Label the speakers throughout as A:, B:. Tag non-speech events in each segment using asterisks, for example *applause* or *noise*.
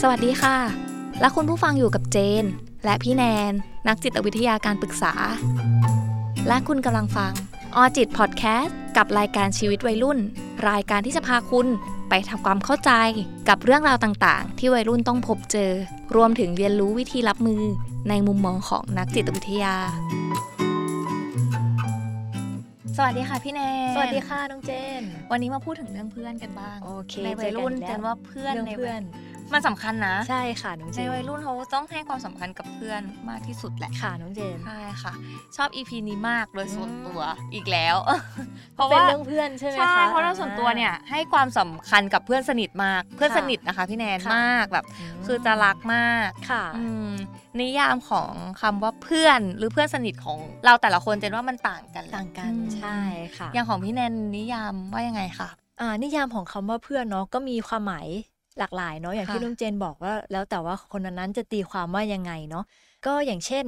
A: สวัสดีค่ะ และคุณผู้ฟังอยู่กับเจน และพี่แนน นักจิตวิทยาการปรึกษา และคุณกำลังฟังออจิตพอดแคสต์กับรายการชีวิตวัยรุ่น รายการที่จะพาคุณไปทำความเข้าใจกับเรื่องราวต่างๆ ที่วัยรุ่นต้องพบเจอ รวมถึงเรียนรู้วิธีรับมือในมุมมองของนักจิตวิทยา สวัสดีค่ะพี่แนน
B: สวัสดีค่ะน้องเจน
A: วันนี้มาพูดถึงเรื่องเพื่อนกันบ้าง
B: โอเค
A: ในวัยรุ่น
B: เจ
A: เจ
B: อน นว่า
A: ว่าเพื่อน
B: เรื่อง
A: ใน
B: เพื่อน
A: มันสำคัญนะ
B: ใช่ค่ะน้องเจ
A: ใน
B: น
A: วัยรุ่นเขาต้องให้ความสำคัญกับเพื่อนมากที่สุดแหละ
B: ค่ะน้องเจน
A: ใช่ค่ะ ชอบ EP นี้มากโดยส่วน
B: อืม
A: ตัวอีกแล้ว *laughs* เพราะ
B: เป็น
A: ว่า
B: เรื่องเพื่อนใช่ไหม
A: ใช่
B: คะ
A: เพราะเราส่วนตัวเนี่ยให้ความสำคัญกับเพื่อนสนิทมาก เพื่อนสนิทนะคะพี่แนน
B: ค่ะ
A: มากแบบ
B: อ่าม
A: คือจะรักมาก
B: ค่ะ
A: อืมนิยามของคำว่าเพื่อนหรือเพื่อนสนิทของเราแต่ละคนเจนว่ามันต่างกันแหละ
B: ต่างกัน
A: อืม
B: ใช่ค่ะ
A: อย่างของพี่แนนนิยามว่ายังไงคะ
B: อ่านิยามของคำว่าเพื่อนเนาะก็มีความหมายหลากหลายเนาะอย่างที่น้องเจนบอกว่า แล้วแต่ว่าคนนั้นๆจะตีความว่ายังไงเนาะก็อย่างเช่น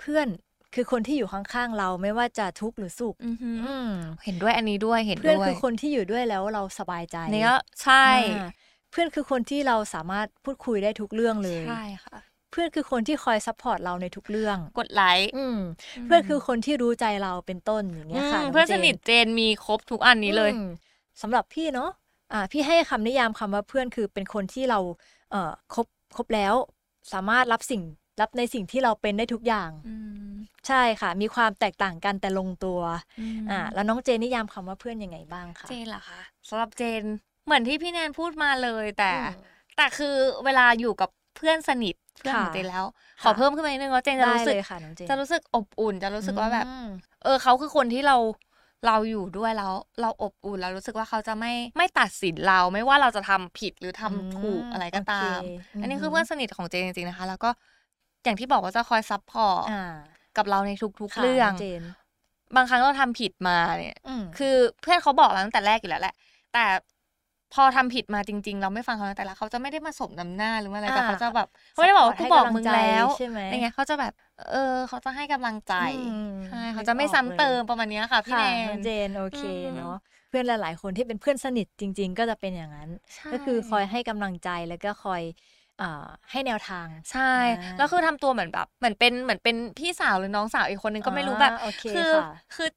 B: เพื่อนคือคนที่อยู่ข้างๆเราไม่ว่าจะทุกข์หรือสุขอืม
A: เห็นด้วยอันนี้ด้วยเห็น
B: เพื่อน
A: ด้วย
B: คือคนที่อยู่ด้วยแล้วเราสบายใจ
A: เนี้ยใช่
B: อ่าเพื่อนคือคนที่เราสามารถพูดคุยได้ทุกเรื่องเลย
A: ใช่ค่ะ
B: เพื่อนคือคนที่คอยซัพพอร์ตเราในทุกเรื่อง
A: กดไลค์
B: อืม เพื่อนคือคนที่รู้ใจเราเป็นต้นอย่างเงี้ยค่ะ
A: อืม
B: ง
A: เพื่อน
B: จ
A: สนิทเจนมีครบทุกอันนี้เลย
B: อืมสำหรับพี่เนาะอ่า พี่ให้คำนิยามคำว่าเพื่อนคือเป็นคนที่เรา เอ่อคบคบแล้ว สามารถรับสิ่งรับในสิ่งที่เราเป็นได้ทุกอย่าง ใช่ค่ะ มีความแตกต่างกันแต่ลงตัว อ่า แล้วน้องเจนนิยามคำว่าเพื่อนยังไงบ้างคะ
A: เจนเหรอคะสำหรับเจนเหมือนที่พี่แนนพูดมาเลยแต่
B: อืม
A: แต่คือเวลาอยู่กับเพื่อนสนิทเพื่อนของ
B: ค่ะ
A: เจนแล้ว ข
B: ค่ะ
A: อเพิ่มขึ้นมานิดนึงว่าเจนจะ
B: ได้
A: รู้สึ
B: เล
A: ก
B: ยค่ะน้องเจน
A: จะรู้สึกอบอุ่น จะรู้สึกว่าแบบ
B: อืม
A: เออเขาคือคนที่เราเราอยู่ด้วยแล้ว เราอบอุ่นเรารู้สึกว่าเขาจะไม่ไม่ตัดสินเราไม่ว่าเราจะทำผิดหรือทำถูก
B: อืม
A: อะไรก็ตาม
B: โอเคอืม
A: อันนี้คือเพื่อนสนิทของเจนจริงๆนะคะ แล้วก็อย่างที่บอกว่าจะคอยซัพพอร์ต
B: อ่า
A: กับเราในทุกๆ
B: ค่ะ
A: เรื่อง
B: น้เจน
A: บางครั้งเราทำผิดมาเนี่ย
B: อืม
A: คือเพื่อนเขาบอกเราตั้งแต่แรกอยู่แล้วแหละ แต่พอทำผิดมาจริง ๆ เราไม่ฟังเขาตั้งแต่แรกเขาจะไม่ได้มาสมน้ำหน้าหรือว่าอะไร
B: อ่า
A: แต่เขาจะแบบเขาไม่ได้บอกว่ากูบอกมึงแล้ว
B: ใช่ไหม
A: อะไรเงี้ยเขาจะแบบ เออ เขาจะให้กำลังใจ
B: อืม
A: ใช่
B: นึก
A: เขาจะไม่ซ้ำ
B: ออกลย
A: เติมประมาณเนี้ยค่ะพี่
B: ค่ะ
A: แน
B: น้
A: น
B: องเจนโอเค
A: อืม
B: เนาะเพื่อนหลายๆ คนที่เป็นเพื่อนสนิทจริง ๆ ก็จะเป็นอย่างนั้น
A: ใช่
B: ก็คือคอยให้กำลังใจแล้วก็คอยเอ่อให้แนวทาง
A: ใช่
B: อ่า
A: แล้วคือทำตัวเหมือนแบบเหมือนเป็นเหมือนเป็นพี่สาวหรือน้องสาวอีกคนนึงก็ไม่รู้แบบ
B: อ่าโอเค
A: คือ
B: ค่ะ
A: คือ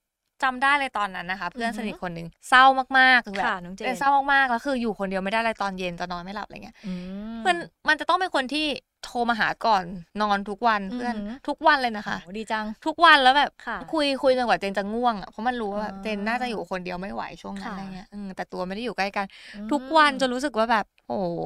A: จำได้เลยตอนนั้นนะคะ เพื่อน
B: อือ
A: ส
B: ฮึ
A: นิทคนหนึ่งเศร้ามากๆคือแบบ
B: ค่ะน้องเจน
A: เออเศร้ามากๆแล้วคืออยู่คนเดียวไม่ได้เลยตอนเย็นจะนอนไม่หลับอะไรเงี้ย
B: อืม
A: มันมันจะต้องเป็นคนที่โทรมาหาก่อนนอนทุกวันเพื่อน
B: อือฮึ
A: ทุกวันเลยนะคะ
B: โหดีจัง
A: ทุกวันแล้วแบบ
B: ค่ะ
A: คุยคุยจนกว่าเจนจะง่วงอ่ะเพราะมันรู้ว่าแบบ
B: อ่า
A: เจนน่าจะอยู่คนเดียวไม่ไหวช่วงนั้น
B: ค่ะ
A: อะไรเงี้ยอืมแต่ตัวไม่ได้อยู่ใกล้กัน
B: อืม
A: ทุกวันจนรู้สึกว่าแบบ โอ้โห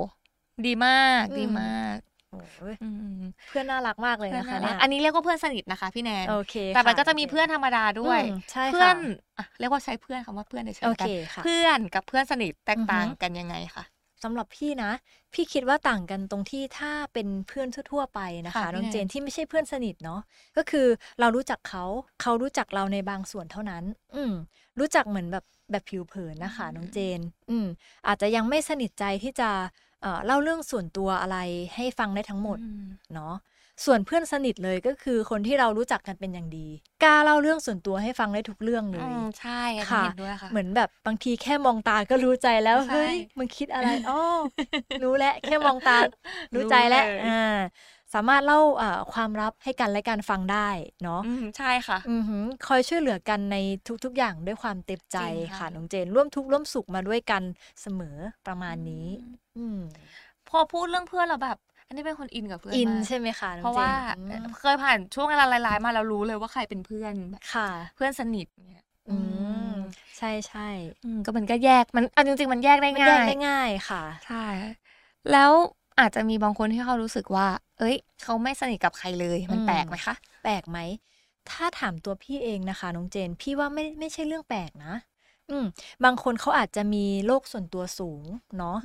A: ดีมาก
B: อืม
A: ดีมาก
B: โอ้ย
A: อืม
B: เพื่อนน่ารักมากเลย
A: เพื่อน
B: นะคะ
A: น่ารัก
B: เย
A: อันนี้เรียกว่าเพื่อนสนิทนะคะพี่แนน
B: โอเค
A: แต่มัน
B: ค่
A: ก็จะมีเพื่อนธรรมดาด้วย
B: อืมใช่
A: เพื่อน
B: ค่ะ
A: อ่ะเรียกว่าใช้เพื่อนคำว่าเพื่อนเฉย
B: โอ
A: ๆกั
B: เคน ค่ะ
A: เพื่อนกับเพื่อนสนิทแตก
B: อือฮึ
A: ต่างกันยังไงคะ
B: สำหรับพี่นะ พี่คิดว่าต่างกันตรงที่ถ้าเป็นเพื่อนทั่วๆไปนะคะน้องเจนที่ไม่ใช่เพื่อนสนิทเนาะก็คือเรารู้จักเขาเขารู้จักเราในบางส่วนเท่านั้น อืมรู้จักเหมือนแบบแบบผิวเผินนะคะน้องเจน อืมอาจจะยังไม่สนิทใจที่จะเอ่อเล่าเรื่องส่วนตัวอะไรให้ฟังได้ทั้งหมด
A: อืม
B: เนาะส่วนเพื่อนสนิทเลยก็คือคนที่เรารู้จักกันเป็นอย่างดีกล้าเล่าเรื่องส่วนตัวให้ฟังได้ทุกเรื่องเลย
A: อืมใช่อันนี้
B: ค่ะ
A: เห็นด้วยค่ะ
B: เหมือนแบบบางทีแค่มองตาก็รู้ใจแล้ว
A: ใช่
B: เฮ้ยมึงคิดอะไรอ๋อ รู้ *laughs* แล้วแค่มองตา รู้ใจแล้ว
A: รู้เลย
B: อ่าสามารถเล่าอ่าความลับให้กันและกันฟังได้เนาะ
A: อืมใช่ค่ะ
B: อือหือคอยช่วยเหลือกันในทุกๆอย่างด้วยความเต็มใจ
A: จริงค่ะ
B: ค่ะน้องเจนร่วมทุกข์ร่วมสุขมาด้วยกันเสมอประมาณนี้ อืม
A: พอพูดเรื่องเพื่อนเราแบบ อันนี้เป็นคนอินกับเพื่อน
B: อิน
A: มาก
B: ใช่ไหมคะน้องเจน
A: เพราะว่า
B: อืม
A: เคยผ่านช่วงเวลาหลายๆมาแล้วรู้เลยว่าใครเป็นเพื่อนแบบ
B: ค่ะ
A: เพื่อนสนิทเนี่ย
B: อืมใช่ใช่
A: อืมก็มันก็แยกมันเอาจริง ๆ มันแยกได้
B: มัน
A: ง่า
B: แยก
A: ย
B: ได้ง่ายค่ะ
A: ใช่แล้วอาจจะมีบางคนที่เขารู้สึกว่า เอ้ย เขาไม่สนิทกับใครเลย มัน
B: อืม
A: แปลกไหมคะ
B: แปลกไหม ถ้าถามตัวพี่เองนะคะน้องเจน พี่ว่าไม่ไม่ใช่เรื่องแปลกนะ อืม บางคนเขาอาจจะมีโลกส่วนตัวสูงเนาะ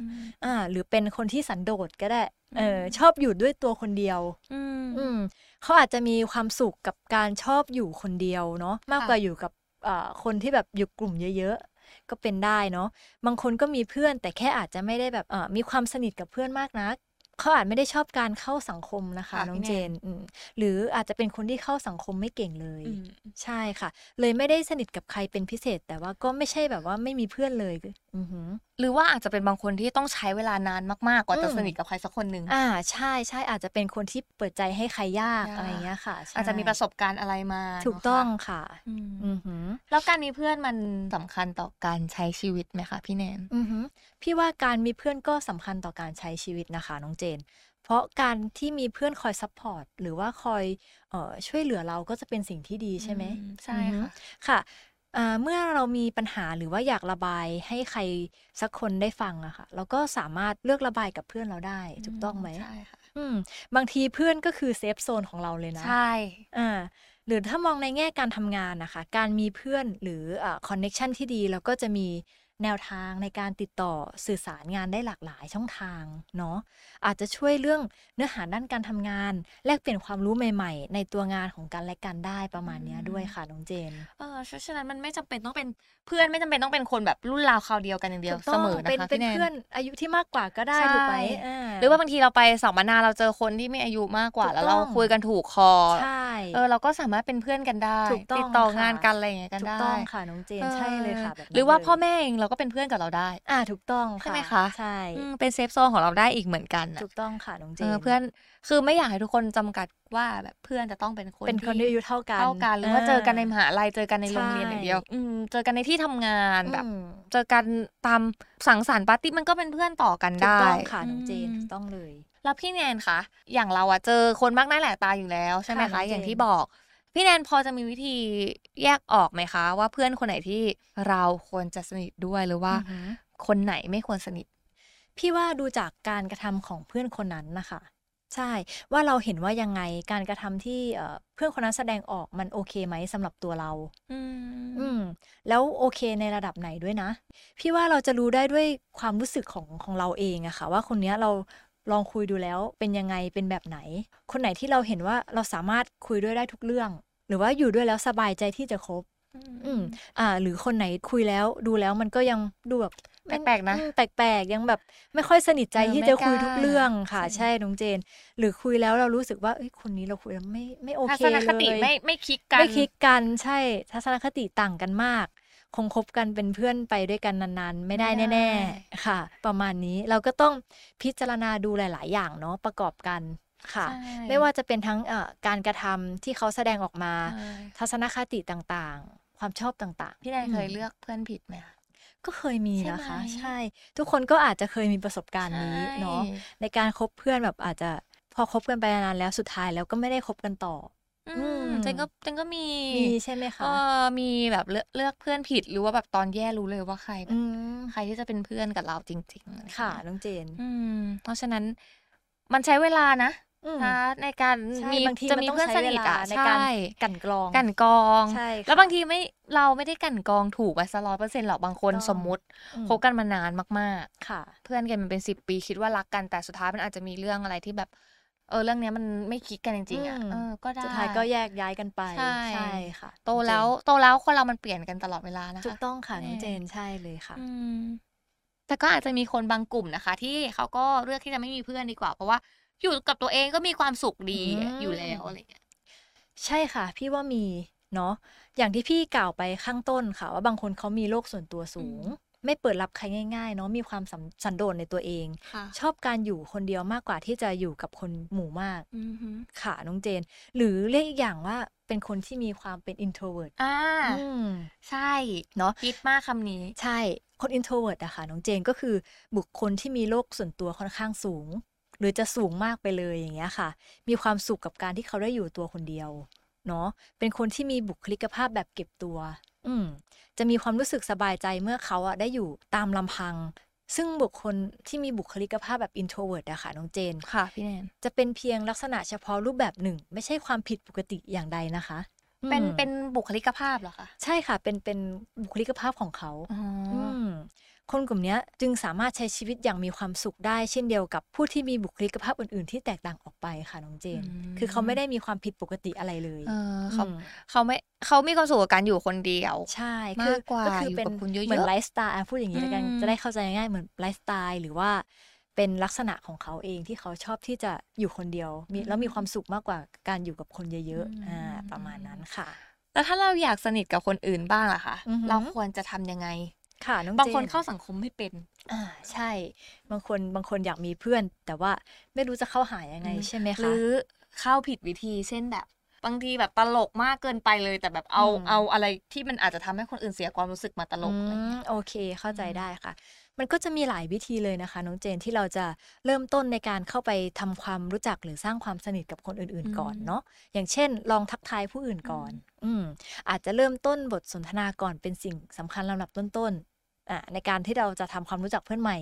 B: อ่า หรือเป็นคนที่สันโดษก็ได้ เอออ
A: ม
B: ชอบอยู่ด้วยตัวคนเดียว
A: อืม
B: อืมเขาอาจจะมีความสุขกับการชอบอยู่คนเดียวเนาะมาก
A: ค่ะ
B: กว่าอยู่กับเอ่อคนที่แบบอยู่กลุ่มเยอะๆ ก็เป็นได้เนาะบางคนก็มีเพื่อนแต่แค่อาจจะไม่ได้แบบเอ่อมีความสนิทกับเพื่อนมากนักเขาอาจไม่ได้ชอบการเข้าสังคมนะคะน้องเจนอืมหรืออาจจะเป็นคนที่เข้าสังคมไม่เก่งเลย
A: อืม
B: ใช่ค่ะ เลยไม่ได้สนิทกับใครเป็นพิเศษ แต่ว่าก็ไม่ใช่แบบว่าไม่มีเพื่อนเลยอือหือ
A: หรือว่าอาจจะเป็นบางคนที่ต้องใช้เวลานานมากๆ กว่าจะ
B: อืม
A: สนิทกับใครสักคนหนึ่ง
B: อ่าใช่ใช่อาจจะเป็นคนที่เปิดใจให้ใครยาก
A: ยาก
B: อะไรเงี้ยค่ะใช่
A: อาจจะมีประสบการณ์อะไรมา
B: ถูก
A: เนะ
B: ต้อง
A: คะ
B: ค่ะ
A: อืม
B: อือหือ
A: แล้วการมีเพื่อนมันสำคัญต่อการใช้ชีวิตไหมคะพี่แนน
B: อือหือพี่ว่าการมีเพื่อนก็สำคัญต่อการใช้ชีวิตนะคะน้องเจน เพราะการที่มีเพื่อนคอยซัพพอร์ตหรือว่าคอยเอ่อช่วยเหลือเราก็จะเป็นสิ่งที่ดีใช่ไหม
A: อืมใช่
B: อือหือ
A: ค่ะ
B: ค่ะอ่าเมื่อเรามีปัญหาหรือว่าอยากระบายให้ใครสักคนได้ฟังอะค่ะเราก็สามารถเลือกระบายกับเพื่อนเราได้ถูกต้องไหม
A: ใช่ค่ะ
B: อืมบางทีเพื่อนก็คือเซฟโซนของเราเลยนะ
A: ใช่
B: อ่าหรือถ้ามองในแง่การทำงานนะคะ การมีเพื่อนหรือคอนเน็ชันที่ดีเราก็จะมีแนวทางในการติดต่อสื่อสารงานได้หลากหลายช่องทางเนาะอาจจะช่วยเรื่องเนื้อหาด้านการทำงาน แลกเปลี่ยนความรู้ใหม่ๆ ในตัวงานของกันและกันได้ประมาณเนี้ย
A: อืม
B: ด้วยค่ะน้องเจน
A: เออเพราะฉะนั้นมันไม่จำเป็นต้องเป็นเพื่อนไม่จำเป็นต้องเป็นคนแบบรุ่นราวคราวเดียวกันอย่างเดียว
B: ถูก
A: เส
B: ต้อง
A: มอนะ
B: เป็น
A: คะ
B: เป็
A: พี่
B: น
A: แนน
B: เพื่อนอายุที่มากกว่าก็ได้
A: ใช่
B: ถูกไหมอ่
A: หรือว่าบางทีเราไปสัมมนาเราเจอคนที่มีอายุมากกว่าแล้วเราคุยกันถูกคอ
B: ใช่
A: เออเราก็สามารถเป็นเพื่อนกันได้
B: ถูกต้อง
A: ติดต่อ
B: ค่ะ
A: งานกันอะไรอย่างเงี้ยกัน
B: ถูก
A: ได้
B: ต้องค่ะน้องเจน
A: ออ
B: ใช่เลยค่ะแบบนั้น
A: หรือว่า
B: เลย
A: พ่อแม่เองเราก็เป็นเพื่อนกับเราได้
B: อ่าถูกต้อง
A: ใช่ไหมคะ
B: ใช่
A: อืมเป็นเซฟโซนของเราได้อีกเหมือนกันอะ
B: ถูกต้องค่ะน้องเจ
A: เอน อเพื่อนคือไม่อยากให้ทุกคนจำกัดว่าแบบเพื่อนจะต้องเป็นคน
B: เป็นคนที่อายุเท่ากัน
A: เท่ากันหรือว่าเจอกันในม
B: า
A: หาลัยเจอกันในโรงเรียน
B: ใช่
A: อย่างเดียวอืมเจอกันในที่ทำงานแบบ
B: อืม
A: เจอกันตามสังสรรค์ปาร์ตี้มันก็เป็นเพื่อนต่อกัน
B: ถูก
A: ได้
B: ต้องค่ะน้องเจน
A: ม
B: ถูกต้องเลย
A: แล้วพี่แนนคะ อย่างเราอะเจอคนมากหน้าหลายตาอยู่แล้วใช่ไหม
B: ค่ะน้
A: คะ
B: องเจน
A: อย่างที่บอก พี่แนนพอจะมีวิธีแยกออกไหมคะ ว่าเพื่อนคนไหนที่เราควรจะสนิทด้วยหรือว่า
B: อือหือ
A: คนไหนไม่ควรสนิท
B: พี่ว่าดูจากการกระทำของเพื่อนคนนั้นนะคะ ใช่ ว่าเราเห็นว่ายังไงการกระทำที่เอ่อเพื่อนคนนั้นแสดงออกมันโอเคไหมสำหรับตัวเรา
A: อื
B: อืมแล้วโอเคในระดับไหนด้วยนะ พี่ว่าเราจะรู้ได้ด้วยความรู้สึกของของเราเองอะค่ะว่าคนเนี้ยเราลองคุยดูแล้วเป็นยังไงเป็นแบบไหน คนไหนที่เราเห็นว่าเราสามารถคุยด้วยได้ทุกเรื่อง หรือว่าอยู่ด้วยแล้วสบายใจที่จะคบ อืมอ่า หรือคนไหนคุยแล้วดูแล้วมันก็ยังดูแบบมั
A: แปลกๆนะ
B: อืมแปลกๆ ยังแบบไม่ค่อยสนิทใจ
A: เออ
B: ที่
A: ไม่
B: จะ
A: กล้า
B: คุยทุกเรื่องค่ะ
A: ใช่
B: ใช่น้องเจน หรือคุยแล้วเรารู้สึกว่าเอ้ยคนนี้เราคุยแล้วไม่ไม่โอ
A: ทั
B: เค
A: ศน
B: เลย
A: คติไม่ไม่คลิกกัน
B: ไม่คลิกกันใช่ทัศนคติต่างกันมาก คงคบกันเป็นเพื่อนไปด้วยกันนานๆ ไม่ได้
A: ไม่ได้
B: แน่ๆค่ะ ประมาณนี้เราก็ต้องพิจารณาดูหลาย ๆ อย่างเนาะประกอบกันค่ะ
A: ใช่
B: ไม่ว่าจะเป็นทั้งเอ่อการกระทำที่เขาแสดงออกมา
A: ใช่
B: ทัศนคติต่างๆ ความชอบต่างๆ
A: พี่แนนเคย
B: อืม
A: เลือกเพื่อนผิดไหมคะ
B: ก็เคยมีนะ
A: ใช่
B: คะ
A: ไหม
B: ใช่ ทุกคนก็อาจจะเคยมีประสบการณ์นี้เนาะ
A: ใช่
B: ในการคบเพื่อนแบบอาจจะพอคบกันไปนานๆแล้วสุดท้ายแล้วก็ไม่ได้คบกันต่อ
A: อื
B: อื
A: ม
B: ม
A: เจนก็เจนก็มี
B: มีใช่ไหมคะ
A: เออมีแบบเลือกเลือกเพื่อนผิดหรือว่าแบบตอนแย่รู้เลยว่าใครแบบ
B: อืม
A: ใครที่จะเป็นเพื่อนกับเราจริงๆอไรอย่างเงี้ย
B: ค่ะ น้องเจน
A: อืม เพราะฉะนั้นมันใช้เวลานะ
B: อืม
A: นะในการ
B: ใช่
A: มี
B: บางที
A: จะ
B: มัน
A: มี
B: ต้อง
A: เพื่อน
B: ใช้
A: ส
B: เว
A: นิท
B: ลา
A: อ่ะ
B: ในการ
A: ใช่
B: กลันกรอง
A: กลันกรอง
B: ใช่ค่ะ
A: แล้วบางทีไม่เราไม่ได้กลันกรองถูกไปซะร้อยเปอร์เซ็นต์หรอกบางคน
B: ถูกต้อง
A: สมมุติ
B: อืม
A: คบกันมานานมาก
B: ค่ะ
A: ๆ เพื่อนกันมันเป็นสิบปีคิดว่ารักกันแต่สุดท้ายมันอาจจะมีเรื่องอะไรที่แบบ เออเรื่องเนี้ยมันไม่คิดกันจริงๆอ่ะ
B: อืม
A: เออก็ได้
B: สุดท้ายก็แยกย้ายกันไป
A: ใช่
B: ค่ะ
A: โตแล้วโตแล้วคนเรามันเปลี่ยนกันตลอดเวลานะ
B: ถู
A: คะ
B: กต้องค่ะ น้อง
A: แน่
B: เจนใช่เลยค่ะ
A: อืมแต่ก็อาจจะมีคนบางกลุ่มนะคะ ที่เขาก็เลือกที่จะไม่มีเพื่อนดีกว่า เพราะว่าอยู่กับตัวเองก็มีความสุขดี
B: อืม
A: อยู่แล้วอะไรเงี้ย
B: ใช่ค่ะ พี่ว่ามีเนาะอย่างที่พี่กล่าวไปข้างต้นค่ะ ว่าบางคนเขามีโลกส่วนตัวสูง
A: อืม
B: ไม่เปิดรับใครง่ายๆเนาะมีความสำสันโดษในตัวเอง
A: ค่ะ
B: ชอบการอยู่คนเดียวมากกว่าที่จะอยู่กับคนหมู่มาก
A: อือหือ
B: ค่ะ น้องเจน หรือเรียกอีกอย่างว่าเป็นคนที่มีความเป็น introvert
A: อ่า
B: อืม
A: ใช่
B: เนอะ
A: คิดมากคำนี้
B: ใช่ คน introvert อะค่ะ น้องเจนก็คือบุคคลที่มีโลกส่วนตัวค่อนข้างสูง หรือจะสูงมากไปเลยอย่างเงี้ยค่ะ มีความสุขกับการที่เขาได้อยู่ตัวคนเดียว เนาะ เป็นคนที่มีบุคลิกภาพแบบเก็บตัว อืม จะมีความรู้สึกสบายใจเมื่อเขาอะได้อยู่ตามลำพัง ซึ่งบุคคลที่มีบุคลิกภาพแบบ introvert อะค่ะ น้องเจน
A: ค่ะ พี่แนน
B: จะเป็นเพียงลักษณะเฉพาะรูปแบบหนึ่ง ไม่ใช่ความผิดปกติอย่างใดนะคะอืม
A: เป็นเป็นบุคลิกภาพเหรอคะ
B: ใช่ค่ะ เป็นเป็นบุคลิกภาพของเขา
A: อ๋ออ
B: อืมคนกลุ่มเนี้ยจึงสามารถใช้ชีวิตอย่างมีความสุขได้เช่นเดียวกับผู้ที่มีบุคลิกภาพอื่น ๆ ที่แตกต่างออกไปค่ะน้องเจน คือเขาไม่ได้มีความผิดปกติอะไรเลย
A: เออเขา
B: อืม
A: เขาไม่เขามีความสุขกับการอยู่คนเดียว
B: ใช่คื
A: มากกว่า
B: คื
A: อยู่กับ
B: เป็น
A: คนเยอะๆ
B: เหมือนไลฟ์สไตล์อ่ะพูดอย่างนี้แล้วกัน
A: อืม
B: จะได้เข้าใจง่ายเหมือนไลฟ์สไตล์หรือว่าเป็นลักษณะของเขาเองที่เขาชอบที่จะอยู่คนเดียวมีแล้วมีความสุขมากกว่าการอยู่กับคนเยอะๆอ่าประมาณนั้นค่ะ
A: แล้วถ้าเราอยากสนิทกับคนอื่นบ้างล่ะคะ
B: อือหือ
A: เราควรจะทำยังไง
B: ค่ะน้อง
A: บางคน
B: จ
A: เข้าสังคมไม่เป็น
B: อ่าใช่ บางคนบางคนอยากมีเพื่อน แต่ว่าไม่รู้จะเข้าหายังไง
A: อืม
B: ใช่ไหม
A: ห
B: คะ
A: รือเข้าผิดวิธีเช่นแบบ บางทีแบบตลกมากเกินไปเลย แต่แบบเอา
B: อืม
A: เอาอะไรที่มันอาจจะทำให้คนอื่นเสียความรู้สึกมาตลกอะไร
B: ม
A: เงี้ย
B: โอเคเข้าใจ
A: อืม
B: ได้ค่ะ มันก็จะมีหลายวิธีเลยนะคะน้องเจนที่เราจะเริ่มต้นในการเข้าไปทำความรู้จักหรือสร้างความสนิทกับคนอื่น ๆ ก่อนเนาะอย่างเช่น ลองทักทายผู้อื่นก่อน อืมอาจจะเริ่มต้นบทสนทนาก่อนเป็นสิ่งสำคัญลำดับต้นๆอ่าในการที่เราจะทำความรู้จักเพื่อนใหม่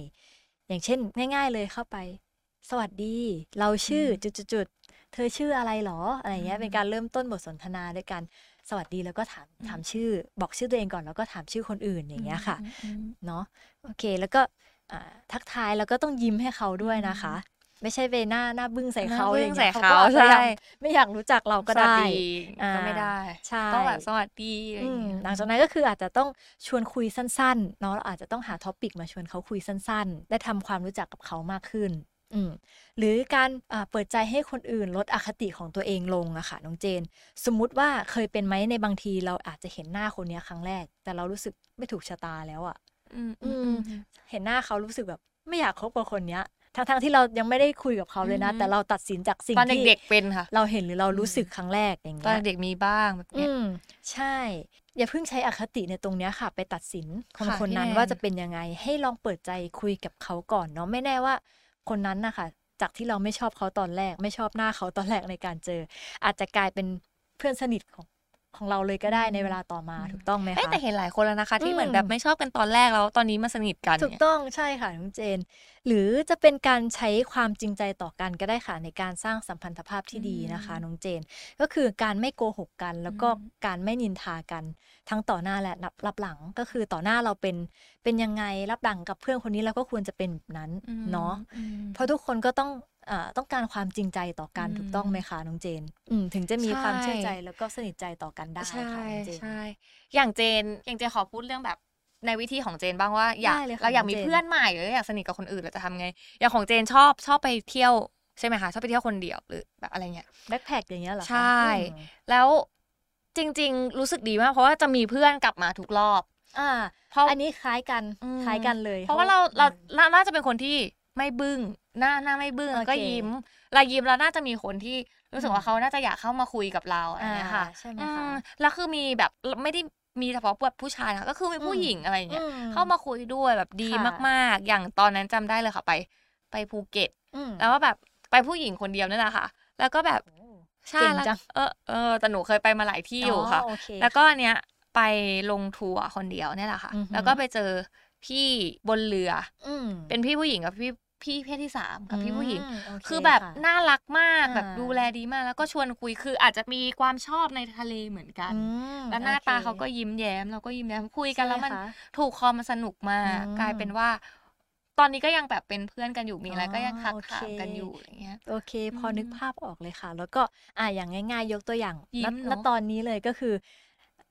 B: อย่างเช่น ง่าย ๆ เลยเข้าไป สวัสดี เราชื่ออจุดๆๆเธอชื่ออะไรหรออะไรเงี้ยเป็นการเริ่มต้นบทสนทนาด้วยการสวัสดีแล้วก็ถามถามชื่อ บอกชื่อตัวเองก่อนแล้วก็ถามชื่อคนอื่นอย่างเงี้ยค่ะ
A: อืม
B: เนาะโอเคแล้วก็อ่าทักทายแล้วก็ต้องยิ้มให้เขาด้วยนะคะ ไม่ใช่ไปหน้าหน้าบึ้งใส่เขา
A: หน้าบึ้
B: อง ย่าง
A: ใส่
B: เงี้ย
A: เขา
B: ก็อาจจะ
A: ใช่
B: ยังไม่อยากรู้จักเราก็
A: สวัส
B: ได้
A: ดี
B: อ่า
A: ก็ไม่ได้
B: ใช่
A: ต้องแบบสวัสดีอะไรอ
B: อื
A: ย่าง
B: ม
A: เงี้ย
B: หลังจากนั้นก็คืออาจจะต้องชวนคุยสั้นๆเนาะเราอาจจะต้องหาท็อปิกมาชวนเขาคุยสั้นๆ ได้ทำความรู้จักกับเขามากขึ้นอืมหรือการอ่าเปิดใจให้คนอื่นลดอคติของตัวเองลงอะค่ะน้องเจน สมมุติว่าเคยเป็นไหมในบางทีเราอาจจะเห็นหน้าคนเนี้ยครั้งแรก แต่เรารู้สึกไม่ถูกชะตาแล้วอะ
A: อืม
B: อื
A: อืม
B: มเห็นหน้าเขารู้สึกแบบไม่อยากคบกับคนเนี้ยทั้งๆที่เรายังไม่ได้คุยกับเขาเลยนะ
A: อืม
B: แต่เราตัดสินจากสิ่ง
A: ตอน
B: ที่
A: เด็กๆเป็นค่ะ
B: เราเห็นหรือเรารู้สึกครั้งแรกอย่าง
A: ตอน
B: เงี้ย
A: เด็กๆมีบ้างแบบเนี้
B: อื
A: ย
B: มใช่ อย่าเพิ่งใช้อคติในตรงเนี้ยค่ะ ไปตัดสินคน
A: ค่ะ
B: คน
A: พี่
B: นั้น
A: แนน
B: ว่าจะเป็นยังไง ให้ลองเปิดใจคุยกับเขาก่อนเนาะไม่แน่ว่า คนนั้นนะคะจากที่เราไม่ชอบเขาตอนแรก ไม่ชอบหน้าเขาตอนแรกในการเจอ อาจจะกลายเป็นเพื่อนสนิทของของเราเลยก็ได้ในเวลาต่อมาถูกต้องไหม
A: เอ้ย
B: คะ
A: แต่เห็นหลายคนแล้วนะคะ ที่
B: อืม
A: เหมือนแบบไม่ชอบกันตอนแรกแล้วตอนนี้มาสนิทกัน
B: ถูก
A: เนี่ย
B: ต้องใช่ค่ะน้องเจน หรือจะเป็นการใช้ความจริงใจต่อกันก็ได้ค่ะในการสร้างสัมพันธภาพที่ดีนะคะน้องเจน ก็คือการไม่โกหกกัน แล้วก็การไม่นินทากัน ทั้งต่อหน้าและรับรับหลังก็คือต่อหน้าเราเป็นเป็นยังไงรับหลังกับเพื่อนคนนี้เราก็ควรจะเป็นแบบนั้น
A: อืม
B: เนาะ
A: อืม
B: เพราะทุกคนก็ต้องอ่าต้องการความจริงใจต่อกัน
A: อืม
B: ถูกต้องไหมคะน้องเจนอืมถึงจะมีความเชื่อ
A: ใช่
B: ใจแล้วก็สนิทใจต่อกันได้
A: ใช่
B: ค่ะน้องเจน
A: ใช่ อย่างเจน อย่างเจนขอพูดเรื่องแบบในวิธีของเจนบ้างว่าอยาก
B: ได้เลยค่ะ
A: เราอยากมี
B: น้องเจน
A: เพื่อนใหม่หรืออยากสนิทกับคนอื่นเราจะทำไง อย่างของเจนชอบชอบไปเที่ยวใช่ไหมคะชอบไปเที่ยวคนเดียวหรือแบบอะไรเงี้ย
B: แบ็คแพคอย่างเงี้ยเหรอคะ
A: ใช่
B: อืม
A: แล้วจริง ๆ รู้สึกดีมากเพราะว่าจะมีเพื่อนกลับมาทุกรอบ
B: อ่า
A: เพราะ
B: อันนี้คล้ายกัน
A: อืม
B: คล้ายกันเลย
A: เพราะว่าเราเราเราน่าจะเป็นคนที่ไม่บึ้งหน้าหน้าไม่บึ้ง
B: โอเค
A: แล้วก็ยิ้มเรายิ้มแล้วน่าจะมีคนที่รู้สึก
B: อืม
A: ว่าเขาน่าจะอยากเข้ามาคุยกับเราอะไร
B: อ่า
A: เงี้ยค่ะ
B: ใช่ไหม
A: อื
B: คะ
A: มแล้วคือมีแบบไม่ได้มีเฉพาะแบบผู้ชายนะก็คือมีผู้หญิงอะไรเงี้ย
B: อื
A: เข้ามาคุยด้วยแบบดี
B: ค่ะ
A: มากๆ อย่างตอนนั้นจำได้เลยค่ะไป ไปภูเก็ต
B: อืม
A: แล้วว่าแบบไปผู้หญิงคนเดียวนั่นแหละค่ะ แล้วก็แบบใช่
B: เก่ง
A: แล้ว
B: จัง
A: เออเออแต่หนูเคยไปมาหลายที่อยู่ค่ะ
B: โเ
A: แล้วก็เนี้ยไปลงทัวร์คนเดียวเนี่ยแหละค่ะ
B: อือหือ
A: แล้วก็ไปเจอพี่บนเรือ
B: อืม
A: เป็นพี่ผู้หญิงกับพี่พี่เพศที่สามกับพี่ผู้หญิง
B: มโเ
A: คือแบบ
B: ะ
A: น่ารักมาก
B: อ่า
A: แบบดูแลดีมาก แล้วก็ชวนคุยคืออาจจะมีความชอบในทะเลเหมือนกัน
B: อืม
A: แล้วหน้า
B: โอค
A: ตาเขาก็ยิ้มแย้มเราก็ยิ้มแย้มคุยกันแล้วมัน
B: ใช่ไหคะ
A: ถูกคอมันสนุกมาก
B: อืม
A: กลายเป็นว่า ตอนนี้ก็ยังแบบเป็นเพื่อนกันอยู่มีอะไร
B: อ๋อ
A: ก็ยังทัก
B: โอเค
A: ถามกันอยู่อะไรเงี้ย
B: โอเค พออ
A: ม
B: นึกภาพออกเลยค่ะ แล้วก็อ่าอย่างง่ายๆ ยกตัวอย่าง
A: ยิ้
B: ณ
A: ม
B: ณ
A: เนอะ
B: ตอนนี้เลยก็คือ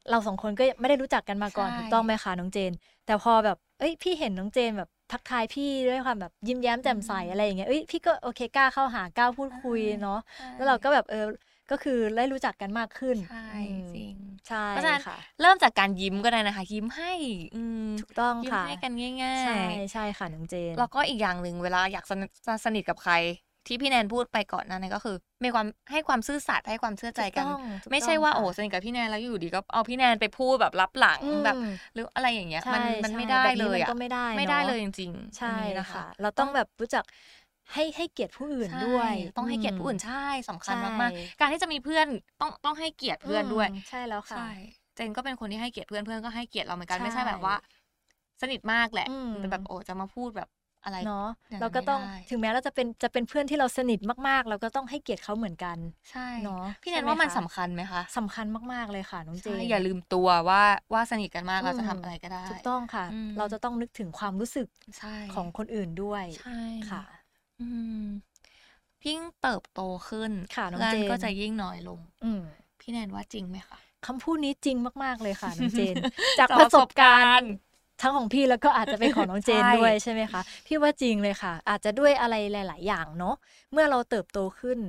B: เราสองคนก็ไม่ได้รู้จักกันมาก่อน
A: ใช่
B: ถูกต้องไหมคะน้องเจน แต่พอแบบเอ้ยพี่เห็นน้องเจนแบบทักทายพี่ด้วยความแบบยิ้มแย้มแจ่มใสอะไรอย่างเงี้ยเอ้ยพี่ก็โอเคกล้าเข้าหากล้าพูดคุยเนาะ แล้วเราก็แบบเออ ก็คือได้รู้จักกันมากขึ้น
A: ใช่
B: อืม
A: จริง
B: ใช่
A: เพราะฉะนั้น
B: ค่ะ
A: เริ่มจากการยิ้มก็ได้นะคะ ยิ้มให้ อืม
B: ถูกต้อง
A: ยิ้ม
B: ค่ะ
A: ให้กันง่า
B: ใช่
A: ย
B: ใช่ค่ะน้องเจน
A: ๆแล้วก็อีกอย่างหนึ่งเวลาอยากสนิทสนิทกับใคร ที่พี่แนนพูดไปก่อนหนั้านนก็คือ มีความให้ความซื่อสัตย์ให้ความเชื่อใจกัน
B: ถูกต้องถูก
A: ไม่ใช่ว่า
B: ต้องค่ะ
A: โอ้สนิทกับพี่แนนแล้วอยู่ดีก็เอาพี่แนนไปพูดแบบรับหลัง
B: อืม
A: แบบหรืออะไรอย่างเงี้ย มัน
B: ใช่
A: มันไม่
B: ใช่
A: ได้
B: แบบ
A: เล
B: นี้
A: ย
B: มัน
A: อะ
B: ก็ไม่ได้
A: ไม่ได้
B: นอะ
A: เลยจริงๆ
B: ใช่
A: อันนี้
B: นะคะ เราต้องแบบรู้จักให้ให้เกียรติผู้อื่น
A: ใช่
B: ด้วย
A: ต้องให้เกียรติผู้อื่น
B: ม
A: ใช่สำคัญ
B: ใช่
A: มากๆการที่จะมีเพื่อนต้องต้องให้เกียรติเพื่อนด้วย
B: มใช่แล้วค่ะ
A: ใช่ เจนก็เป็นคนที่ให้เกียรติเพื่อนเพื่อนก็ให้เกียรติเราเหมือนกัน
B: ใช่
A: ไม่ใช่แบบว่า สนิทมากแหละ
B: อืม
A: แต่แบบโอ้จะมาพูดแบบอะไร
B: เนาะ
A: อย่างนั้น
B: เราก็ต้อง
A: ไม่ได้
B: ถึงแม้เราจะเป็นจะเป็นเพื่อนที่เราสนิทมากๆ เราก็ต้องให้เกียรติเขาเหมือนกัน
A: ใช่
B: เนาะ
A: พี่แน
B: ใช่
A: น
B: ไห
A: ว่ามัน
B: คะ
A: สำคัญไหมคะ
B: สำคัญมากๆเลยค่ะน้องเจ
A: ใช่
B: น
A: อย่าลืมตัวว่าว่าสนิทกันมากเราจะ
B: อืม
A: ทำอะไรก็ได้
B: ถูกต้องค่ะ
A: อืม
B: เราจะต้องนึกถึงความรู้สึก
A: ใช่
B: ของคนอื่นด้วย
A: ใช่
B: ค่ะ
A: อืมยิ่งเติบโตขึ้น
B: ค่ะน้อง
A: เพื่อน
B: เจน
A: ก็จะยิ่งน้อยลง
B: อืม
A: พี่แนนว่าจริงไหมคะ
B: คำพูดนี้จริงมากๆเลยค่ะ
C: *laughs*
B: น้องเจน จาก
A: จากป
B: ป
A: ระ ระ
B: ส
A: ส
B: บบ การ
A: การ
B: ณ์
A: ณ์
B: ทั้งของพี่แล้วก็อาจจะเป็นของน้องเจน
A: ใช่
B: ด้วยใช่ไหมคะพี่ว่าจริงเลยค่ะ อาจจะด้วยอะไรหลาย ๆ อย่างเนาะเมื่อเราเติบโตขึ้น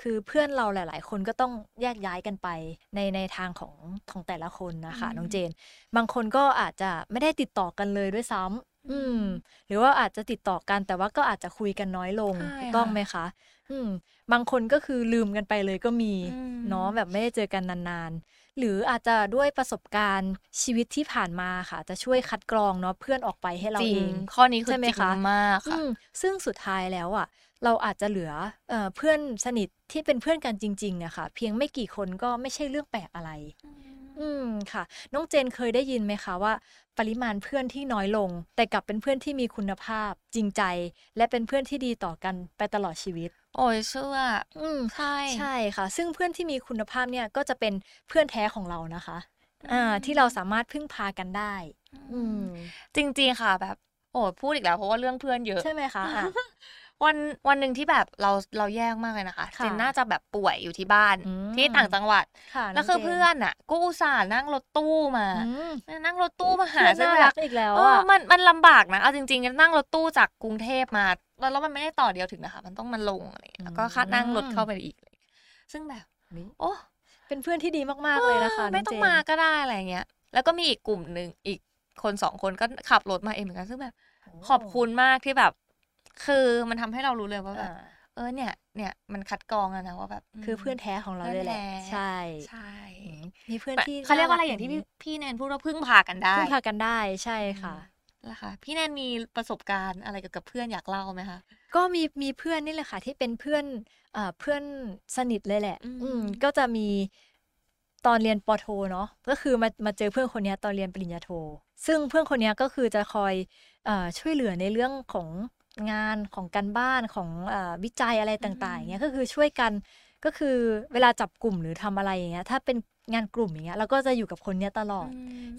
B: คือเพื่อนเราหลาย ๆ คนก็ต้องแยกย้ายกันไปในในทางของของแต่ละคนนะคะ
C: อืม
B: น้องเจน บางคนก็อาจจะไม่ได้ติดต่อกันเลยด้วยซ้ำอืม หรือว่าอาจจะติดต่อกันแต่ว่าก็อาจจะคุยกันน้อยลง
C: ใช่
B: ถูกต้อง
C: ค่ะ
B: ไหมคะ อืม บางคนก็คือลืมกันไปเลยก็มี
C: อืม
B: เนาะแบบไม่ได้เจอกันนานๆ หรืออาจจะด้วยประสบการณ์ชีวิตที่ผ่านมาค่ะ จะช่วยคัดกรองเนาะเพื่อนออกไปให้เรา
A: จริ
B: เอง ง
A: ข้อนี้คือ
B: ใช่ไหม
A: จริง
B: คะ
A: มาก
B: อื
A: ค่ะ
B: มซึ่งสุดท้ายแล้วอ่ะเราอาจจะเหลือเอ่อเพื่อนสนิทที่เป็นเพื่อนกันจริงๆนะคะเพียงไม่กี่คนก็ไม่ใช่เรื่องแปลกอะไร อืมค่ะ น้องเจนเคยได้ยินไหมคะว่า ปริมาณเพื่อนที่น้อยลง แต่กลับเป็นเพื่อนที่มีคุณภาพ จริงใจ และเป็นเพื่อนที่ดีต่อกันไปตลอดชีวิต
A: โอ้ยเชื่อ
B: อืม
A: ใช่
B: ใช่ค่ะ ซึ่งเพื่อนที่มีคุณภาพเนี่ยก็จะเป็นเพื่อนแท้ของเรานะคะอ่าที่เราสามารถพึ่งพากันได้ อืม
A: จริง ๆ ค่ะแบบ โอ้ยพูดอีกแล้วเพราะว่าเรื่องเพื่อนเยอะ
B: ใช่ไหมคะอ่ะ
A: วันวันหนึ่งที่แบบเราเราแย่มากเลยนะคะ
B: ค่ะ
A: เจนน่าจะแบบป่วยอยู่ที่บ้าน
B: อืม
A: ที่ต่างจังหวัด
B: ค่ะ
A: แล้วคือเพื่อนอ่ะก็อุตส่าห์นั่งรถตู้มา
B: อืม
A: นั่งรถตู้มาหา
B: เพื่อน
A: ซึ่ง
B: น่า
A: แบ
B: รับ กอีกแล้ว
A: เออ
B: อ่ะ
A: มันมันลำบากนะ เอาจริงๆนั่งรถตู้จากกรุงเทพมา แล้วแล้วมันไม่ได้ต่อเดียวถึงนะคะ มันต้องมาลงอะไรอย่างเงี้ยแล้วก็ค่า
B: อืม
A: นั่งรถเข้าไปอีกอะไรอย่างเงี้ยซึ่งแบบ
B: นี่
A: โอ้
B: เป็นเพื่อนที่ดีมากๆเลยนะคะ
A: เออไม่
B: น้
A: ต้อง
B: เจน
A: มาก็ได้อะไรอย่างเงี้ย แล้วก็มีอีกกลุ่มหนึ่งอีกคนสองคนก็ขับรถมาเองเหมือนกัน ซึ่งแบบ ขอบคุณมากที่แบบ คือมันทำให้เรารู้เลยว่าแบบ
B: อ่า
A: เออเนี่ย เนี่ยมันคัดกรองแล้วนะว่าแบบ
B: คือเพื่อนแท้ของเราเลยแหละ
A: เพื่อนท้
B: ใช่
A: ใช่
B: อืมมีเพื่อนที่
A: เขาเรียกว่าอะไร
B: น่
A: อย่างที่พี่พี่แนนพูดว่าพึ่งพากันได้
B: พึ่งพากันได้ใช่ค่ะ
A: ล่ะค่ะพี่แนนมีประสบการณ์อะไรเกี่ยวกับเพื่อนอยากเล่าไหมคะ
B: ก็มีมีเพื่อนนี่แหละค่ะ ที่เป็นเพื่อนเอ่อเพื่อนสนิทเลยแหละ
A: อืม
B: อืมก็จะมีตอนเรียนปอโทเนาะก็คือมามาเจอเพื่อนคนเนี้ยตอนเรียนปริญญาโท ซึ่งเพื่อนคนเนี้ยก็คือจะคอยเอ่อช่วยเหลือในเรื่องของงานของการบ้านของเอ่อวิจัยอะไรต่างๆอย่างเงี้ยก็คือช่วยกันก็คือเวลาจับกลุ่มหรือทำอะไรอย่างเงี้ยถ้าเป็นงานกลุ่มอย่างเงี้ยเราก็จะอยู่กับคนเนี้ยตลอด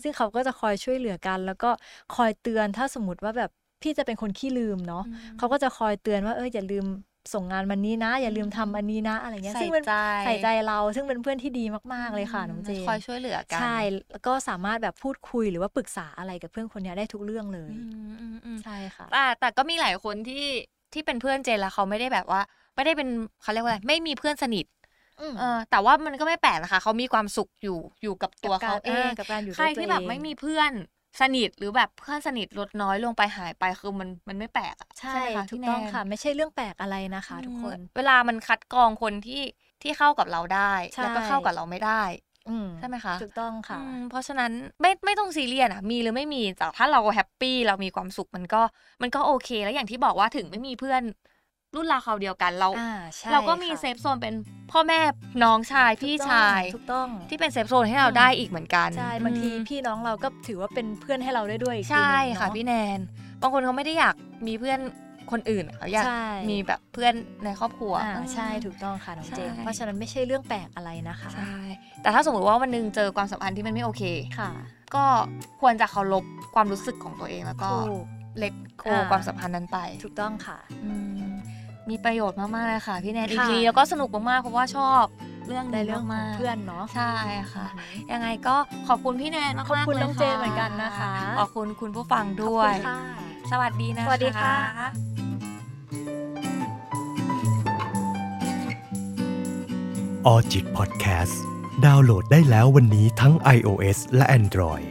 B: ซึ่งเขาก็จะคอยช่วยเหลือกัน แล้วก็คอยเตือนถ้าสมมติว่าแบบพี่จะเป็นคนขี้ลืมเนาะ เขาก็จะคอยเตือนว่าเอออย่าลืมส่งงานวันนี้นะ อย่าลืมทำอันนี้นะ อะไรเงี้ย
A: ใส่
B: ซึ่งมัน
A: ใจ
B: ใส่ใจเราซึ่งเป็นเพื่อนที่ดีมากๆเลยค่ะน้องเจน
A: คอยช่วยเหลือกัน
B: ใช่แล้วก็สามารถแบบพูดคุยหรือว่าปรึกษาอะไรกับเพื่อนคนเนี้ยได้ทุกเรื่องเล
A: อื
B: ย
A: มอืมอืม
B: ใช่ค่ะ
A: แต่แต่ก็มีหลายคนที่ที่เป็นเพื่อนเจนแล้วเขาไม่ได้แบบว่า ไม่ได้เป็นเขาเรียกว่าอะไรไม่มีเพื่อนสนิท
B: อืม
A: เออแต่ว่ามันก็ไม่แปลกนะคะเขามีความสุขอยู่อยู่กับตัว
B: กับก
A: เขา
B: ร
A: เอง
B: กับการอยู่ด้วย
A: ใครที่แบบ
B: ตัวเอง
A: ไม่มีเพื่อนสนิทหรือแบบเพื่อนสนิทลดน้อยลงไปหายไปคือมันมันไม่แปลกอะ
B: ใช่
A: ไหมคะ
B: ถู
A: พี่
B: ก
A: แนน
B: ต้องค่ะ ไม่ใช่เรื่องแปลกอะไรนะคะ ทุกคน
A: เออเวลามันคัดกรองคนที่ที่เข้ากับเราได้
B: ใช่
A: แล้วก็เข้ากับเราไม่ได้
B: อืม
A: ใช่ไหมคะ
B: ถูกต้องค่ะ
A: อืมเพราะฉะนั้นไม่ไม่ต้องซีเรียสอ่ะมีหรือไม่มีแต่ถ้าเราแฮปปี้เรามีความสุขมันก็มันก็โอเค แล้วอย่างที่บอกว่าถึงไม่มีเพื่อนรุ่นราวคราวเดียวกันเรา
B: อ่าใช่
A: เราก็มี
B: ค่ะ
A: เซฟโซนเป็นพ่อแม่น้องชายพี่ชาย
B: ถูกต้อง
A: ที่เป็นเซฟโซนให้เราได้อีกเหมือนกัน
B: ใช่บางที
A: อืม
B: พี่น้องเราก็ถือว่าเป็นเพื่อนให้เราได้ด้วยอีกทีห
A: ใช่
B: นึงเนา
A: ค่ะพี่แนน บางคนเขาไม่ได้อยากมีเพื่อนคนอื่นเขาอยาก
B: ใช่
A: มีแบบเพื่อนในครอบครัว
B: อ่าใช่ถูกต้องค่ะน้องเจน
A: ใช่
B: เพราะฉะนั้นไม่ใช่เรื่องแปลกอะไรนะคะ
A: ใช่ แต่ถ้าสมมติว่าวันหนึงเจอความสัมพันธ์ที่มันไม่โอเค
B: ค่ะ
A: ก็ควรจะเคารพความรู้สึกของตัวเองแล้วก็
B: ถูก
A: เล็กโค
B: อ่า
A: ความสัมพันธ์นั้นไป
B: ถูกต้องค่ะ
A: อืมมีประโยชน์มากๆเลยค่ะ พี่แนน
B: ค่ะ
A: EP แล้วก็สนุกมากๆเพราะว่าชอบเรื่อง
B: ใน
A: นี้
B: เรื่องของ
A: มากๆ
B: เพื่อนเนาะ
A: ใช่ค่ะ ยังไงก็ขอบคุณพี่แนนมากๆ
B: ขอบคุณ
A: ลย
B: น้องเจนเหมือนกันนะคะ
A: ขอบคุณคุณผู้ฟัง
B: ขอบ
A: ด้ว
B: คุ
A: ย
B: ณค่ะ
A: สวัสดีนะคะ
B: สวัสดีค่ะ
D: ออจิตพอดแคสต์ดาวน์โหลดได้แล้ววันนี้ทั้ง iOS และ Android